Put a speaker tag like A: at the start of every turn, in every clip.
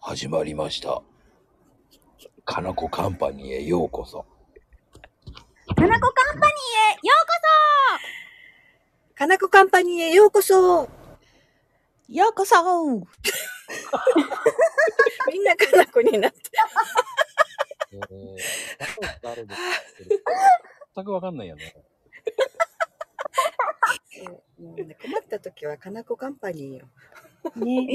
A: 始まりました。かなこカンパニーへようこ そ。
B: かなこカンパニーへようこ
C: かなこカンパニーへようこそ
D: うよ うこそ
C: みんなかなこになって。
A: えー、誰ですか全くわかんないよね。
C: もうね、困った時はかなこカンパニーよ。
D: ね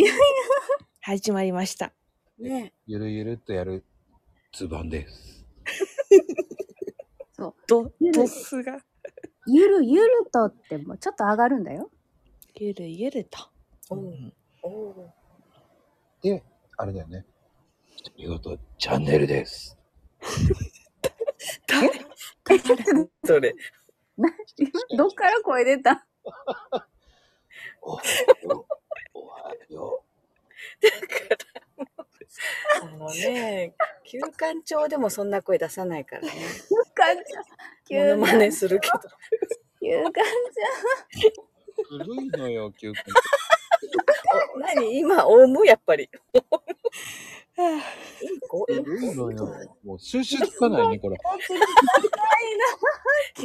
D: 始まりました。
C: ね
A: ゆるゆるっとやるズボンです。
D: ど、ドスが。
B: ゆるゆるとってもうちょっと上がるんだよ。
D: ゆるゆると。
C: おうおう
A: で、あれだよね。見事、チャンネルです。
C: それ。
B: どっから声出た
A: おはよう。おはよ
C: あのね、休館長でもそんな声出さないからね。
B: 休館
C: モノマネするけど。
B: 休 館
A: う。古いのよ、休君。
C: 何今、オウムやっぱり。
D: はあ
C: いい子いい
A: 古いの
C: 子
A: よ。もう収集つかないね、これ。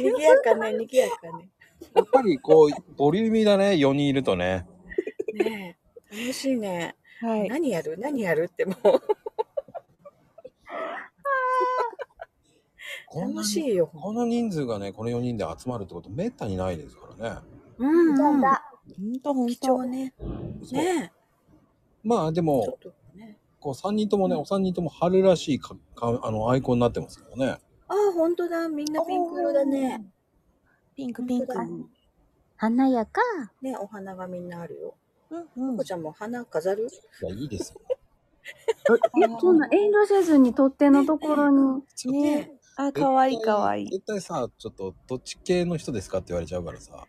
C: にぎやかね、にぎやかね。
A: やっぱりこう、ボリューミーだね、4人いるとね。
C: ねえ楽しいね。
D: はい。
C: 何やる何やるってもう。
A: こんな
C: 楽し
A: に、
C: いよ。
A: この人数がね、この4人で集まるってことめったにないですからね。
C: うん、うん。
D: ほんとほん
C: 貴
D: と
C: 重。ね。
A: そう
C: ね
A: まあで
C: え。
A: も
C: ち、ょっとね。
A: こう3人ともね、お三人とも春らしいかかあのアイコンになってますけどね。
C: ああ、ほんとだ。みんなピンク色だね。
D: ピンクピンク。
C: 本
B: 華やか。
C: ね、お花がみんなあるよ。
D: うんうん
C: こ。ちゃんも花飾る
A: いや、いいですよ。
B: え、そんな遠慮せずに取っ手のところに。
A: ちょっと
D: ねあ、かわいいかわいい。
A: 絶対さ、ちょっと、どっち系の人ですかって言われちゃうからさ。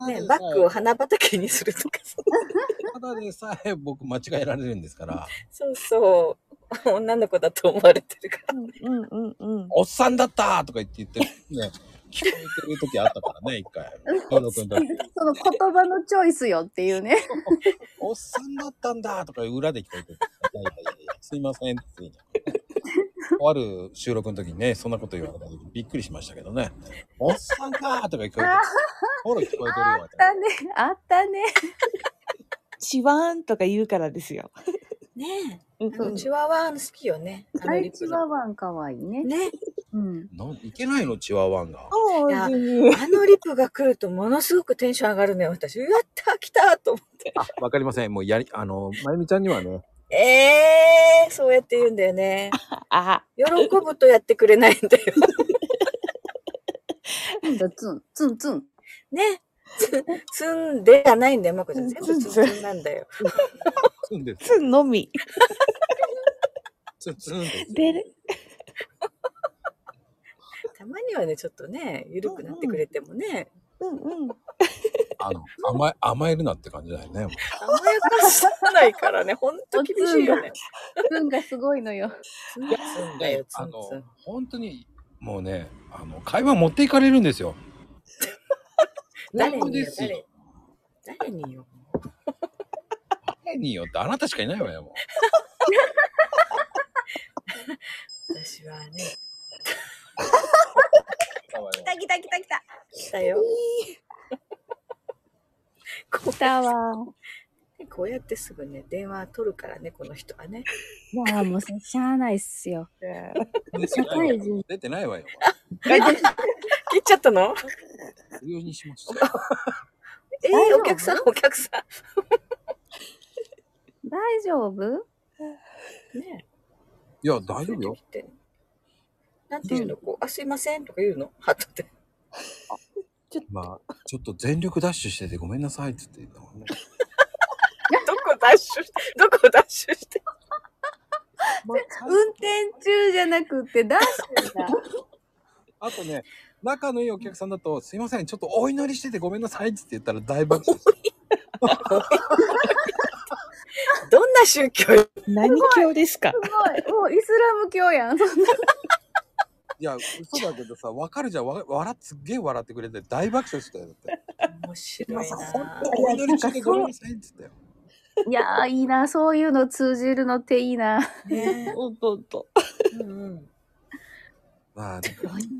C: あね、バッグを花畑にするとかさ。
A: ただでさえ僕間違えられるんですから、
C: そうそう。女の子だと思われてるか
D: うんうんうんうん。
A: おっさんだったとか言って言って、ね、聞こえてる時あったからね、一回。小野君だって
B: その言葉のチョイスよっていうね。
A: おっさんだったんだとか裏で聞こえてる。いやいやいやいや、すいませんって言うの。ある収録の時にね、そんなこと言われた時びっくりしましたけどね。おっさんかーとか聞こえてる。ほら聞こえてるよ。
B: あったね。あったね。
D: シワーンとか言うからですよ。
C: ら。ね
D: うん
C: え。あのチワワ好きよね。あ
B: あ
C: の
B: れ
C: リプ
B: チ
C: の。
B: ワワンかわいいね。
C: ね。
B: うん。
A: なんいけないのチワワンが。
D: そう
C: や
D: うん
C: あのリプが来るとものすごくテンション上がるね。私、やったー来たーと思って。
A: あ、わかりません。もうやり、あの、まゆみちゃんにはね、
C: ええー、そうやって言うんだよね。
D: あ、
C: 喜ぶとやってくれないんだよ。
B: 今度ツン、ツンツン。
C: ね。つつんでがないんだよ、まこちゃん。全部つんつんなんだよ。
A: ツンで、
D: つんのみ。
A: ツンツンで。
D: 出る。
C: たまにはね、ちょっとね、ゆるくなってくれてもね、
D: うんうん。
A: あの、甘え、甘えるなって感じだよね。
C: 甘やかさないからね、ほんと厳しいよね。
B: ツンがすごいのよ。
C: つんだよ、つ
A: あ
C: んつ
A: の
C: ん。、
A: 本当に、もうね、あの、会話持っていかれるんですよ。
C: 誰
A: 本当
C: に
A: で
C: よ
A: すよ
C: 誰誰によ。
A: 誰によってあなたしかいないわよ、もう。
C: 私はね、
B: 来た来た来た。
C: 来たよ。 こ
B: 来たわ。
C: うこうやってすぐね、電話取るからね、この人はね。
B: いやーもうそれしゃあないっすよ。
A: 出てないわよ出てないわよ。
C: 切っちゃったの
A: 不要にしま した。
C: え
B: 大丈
C: ー、
B: 夫
C: お客さん、お客さ
B: 大丈夫
C: ん。ね
A: いや、大丈夫よ。
C: え。なんていうのこう、あ、すいませんとか言うの後で。
A: まあ、ちょっと全力ダッシュしててごめんなさいって言って言ったもんね。
C: どこダッシュして、どこダッシュして。
B: 運転中じゃなくってダッシュだ。
A: あとね、仲のいいお客さんだと、すいません、ちょっとお祈りしててごめんなさいって言ったら大爆笑。
C: どんな宗教よ
D: 何教ですか
B: すごい。もうイスラム教やん。そん
A: いや、嘘だけどさ、わかるじゃん。わ笑っ、すっげえ笑ってくれて大爆笑してたよ。だって。
C: 面白
A: 今
C: い
A: さ、
C: な
A: 本当お祈りしててごめんなさいって言ったよ。
B: いやー、いいな。そういうの通じるのっていいな。
C: ね
D: おっとおっと。
C: うんうん。
A: まあ、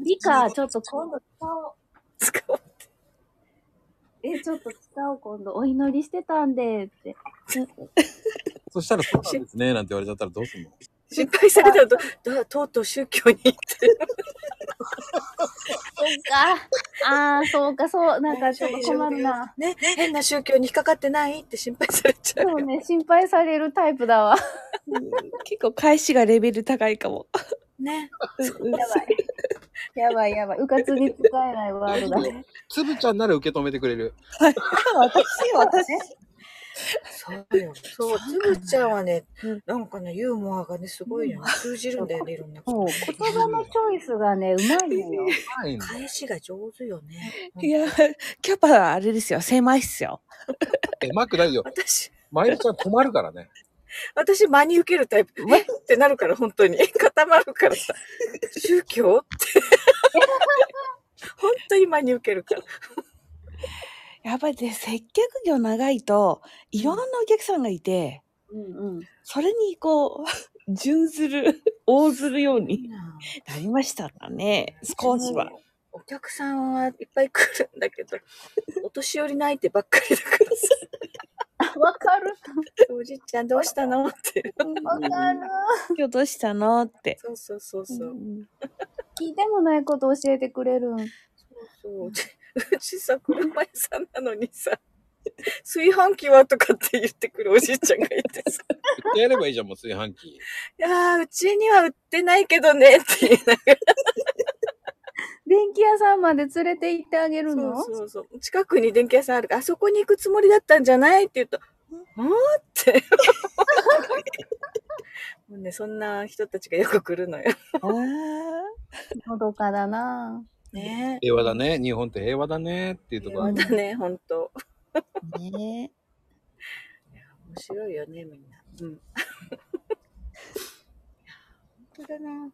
B: 理科、ちょっと今度使おう。
C: 使おう。
B: え、ちょっと使おう、今度。お祈りしてたんで、って。
A: そしたらそうなんですね、なんて言われちゃったらどうすんの
C: 失敗されたらと、だとうとう宗教に行って。
B: そっか。ああ、そうか、そう。なんかちょっと困るな。
C: ね、変な宗教に引っかかってないって心配されちゃう
B: そうね、心配されるタイプだわ。
D: 結構返しがレベル高いかも。
C: ね。
D: うんうん
B: やばいやばい。うかつに使えないワード だ。
A: つぶちゃんなら受け止めてくれる。
D: 私、私。
C: そうよ。そう、つぶちゃんはね
D: うん、
C: なんかね、ユーモアがね、すごいよね。通じるんだよね、いろんなこと。
D: もう
B: 言葉のチョイスがね、うまいのよ。
A: ないんだ。
C: 返しが上手よね。
D: いや、 キャパはあれですよ。狭いっすよ。
A: うまくないよ。
C: 私、
A: マイルちゃん困るからね。
C: 私、間に受けるタイプ。えってなるから、本当に。固まるから さ。宗教って。 本当に間に受けるから。
D: やっぱりね、接客業長いと、いろんなお客さんがいて、
B: うんうん。
D: それにこう、 準ずる、応ずるようになりましたかね。少しは。
C: お客さんはいっぱい来るんだけど、 お年寄りないってばっかりだからさ。
B: わかる。
C: おじいちゃんどうしたのって。
B: わかる。
D: 今日どうしたの って。
C: そうそうそうそう。
D: うん
B: 聞いてもないこと教えてくれるん。
C: そううちうちさ車屋さんなのにさ炊飯器はとかって言ってくるおじいちゃんがいてさ「
A: 言ってやればいいじゃん、もう炊飯器。
C: いやーうちには売ってないけどね」って言いなが
B: 電気屋さんまで連れて行ってあげる
C: ら
B: の
C: そうそうそう近くに電気屋さんあるからあそこに行くつもりだったんじゃないって言うと「うん?」って もうねそんな人たちがよく来るのよ。
D: あー
B: のどかだな
C: ね
A: 平和だね。日本って平和だね。っていうところ。
C: だね本当面
D: ね
C: 白いよねみんな。うん。いや本当だな。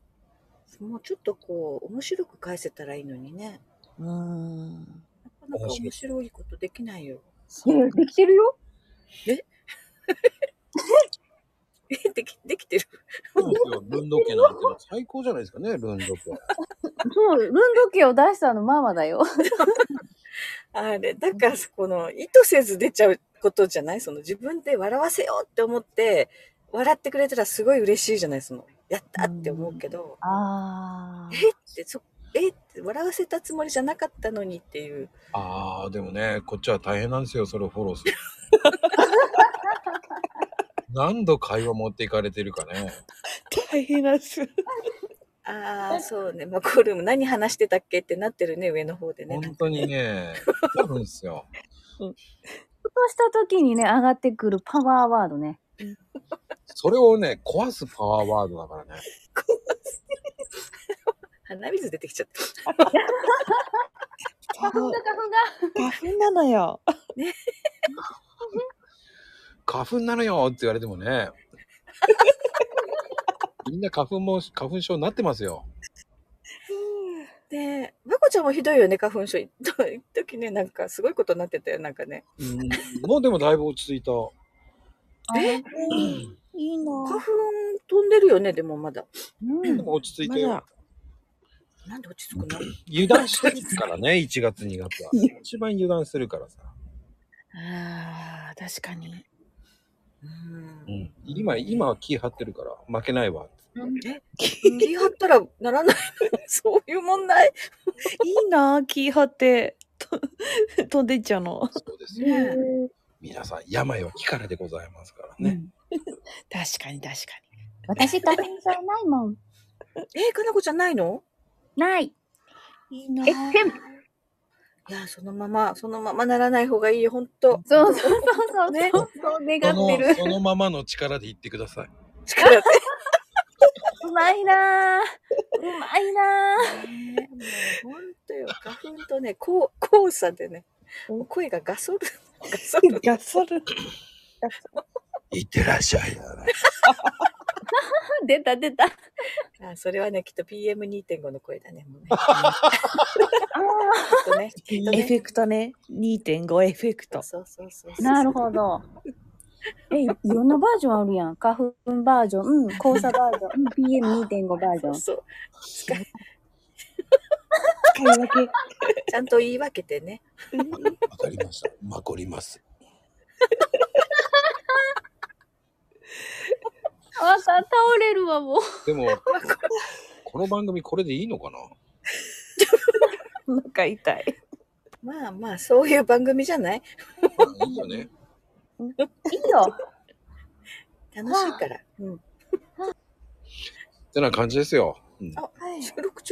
C: もうちょっとこう面白く返せたらいいのにね。
D: うん。
C: なかなか面白いことできないよ。
B: いやできてるよ。
C: え できできてる。
A: そうですよルンド家なんてのは最高じゃないですかね、ルンド家。
B: そう、ルンドケを出したのママだよ。
C: あれだからこの意図せず出ちゃうことじゃない。その自分で笑わせようって思って笑ってくれたらすごい嬉しいじゃない。そのやったって思うけど、
D: ああ。
C: でそえって笑わせたつもりじゃなかったのにっていう。
A: ああ、でもね、こっちは大変なんですよ、それをフォロー する。何度会話持っていかれてるかね。
D: 大変なんです。
C: ああそうね。まあ これも何話してたっけってなってるね上の方でね。
A: 本当にね、あるんですよ。
B: ふとした時にね、上がってくるパワーワードね。
A: それをね、壊すパワーワードだからね。
C: 鼻水出てきちゃった。
D: 花粉
B: だ花粉
D: なのよ。
A: 花粉なのよって言われても ね。みんな花粉も、花粉症になってますよ。
C: で、まこちゃんもひどいよね、花粉症。一時ね、なんかすごいことになってたよ、なんかね。
A: うんもうでもだいぶ落ち着いた。
C: え
D: いい
C: 花
D: な。
C: 粉飛んでるよね、でもまだ。
A: でも落ち着いたよ。
D: まだ
C: なんで落ち着くの
A: 油断してるからね、1月2月は。 一番油断するからさ。
D: ああ、確かに。
C: うん。
A: ん、今、今は気張ってるから、負けないわ。
C: え、気張ったらならない そういう問題
D: いいな、気張って。と 飛んでっちゃうの。
A: そうですよ。
C: ね
A: 皆さん、病は気からでございますからね。
D: 確かに確かに。
B: 私、花粉症ないもん。
C: え、かなこちゃんないの
B: ない。
D: いいな
B: え、ペン。
C: いや、そのまま、そのままならない方がいいよ、ほんと。
B: そうそうそうそう。
C: ね
B: そうそう、
A: そ
B: 願って
A: の、
B: る。
A: そのままの力で言ってください。
C: 力で。
B: うまいなぁ。うまいなぁ。
C: ねもうほんとよ。花粉とね、こう、交差でね、声がガソル、ガソ ル。
D: ガソル。
A: いってらっしゃい。
B: 出た出た。あ
C: あ、それはね、きっと PM2.5 の声だね、もうね。
B: あ
C: きっとね、きっと
D: エ
C: ね
D: フェクトね。2.5エフェクト。
C: そうそうそうそう。
B: なるほど。え、いろんなバージョンあるやん。花粉バージョン、うん、黄砂バージョン、うん、PM2.5 バージョン。
C: そう。
D: 使い分け。
C: ちゃんと言い分けてね。
A: わかりました。まこります。
B: わかった、倒れるわ、もう。
A: で も、この番組これでいいのかな
D: お腹痛い。
C: まあまあ、そういう番組じゃない
A: まあいいよね。
B: いいよ。
C: 楽しいから。うん。
A: ってな感じですよ。うん
C: あ、収録中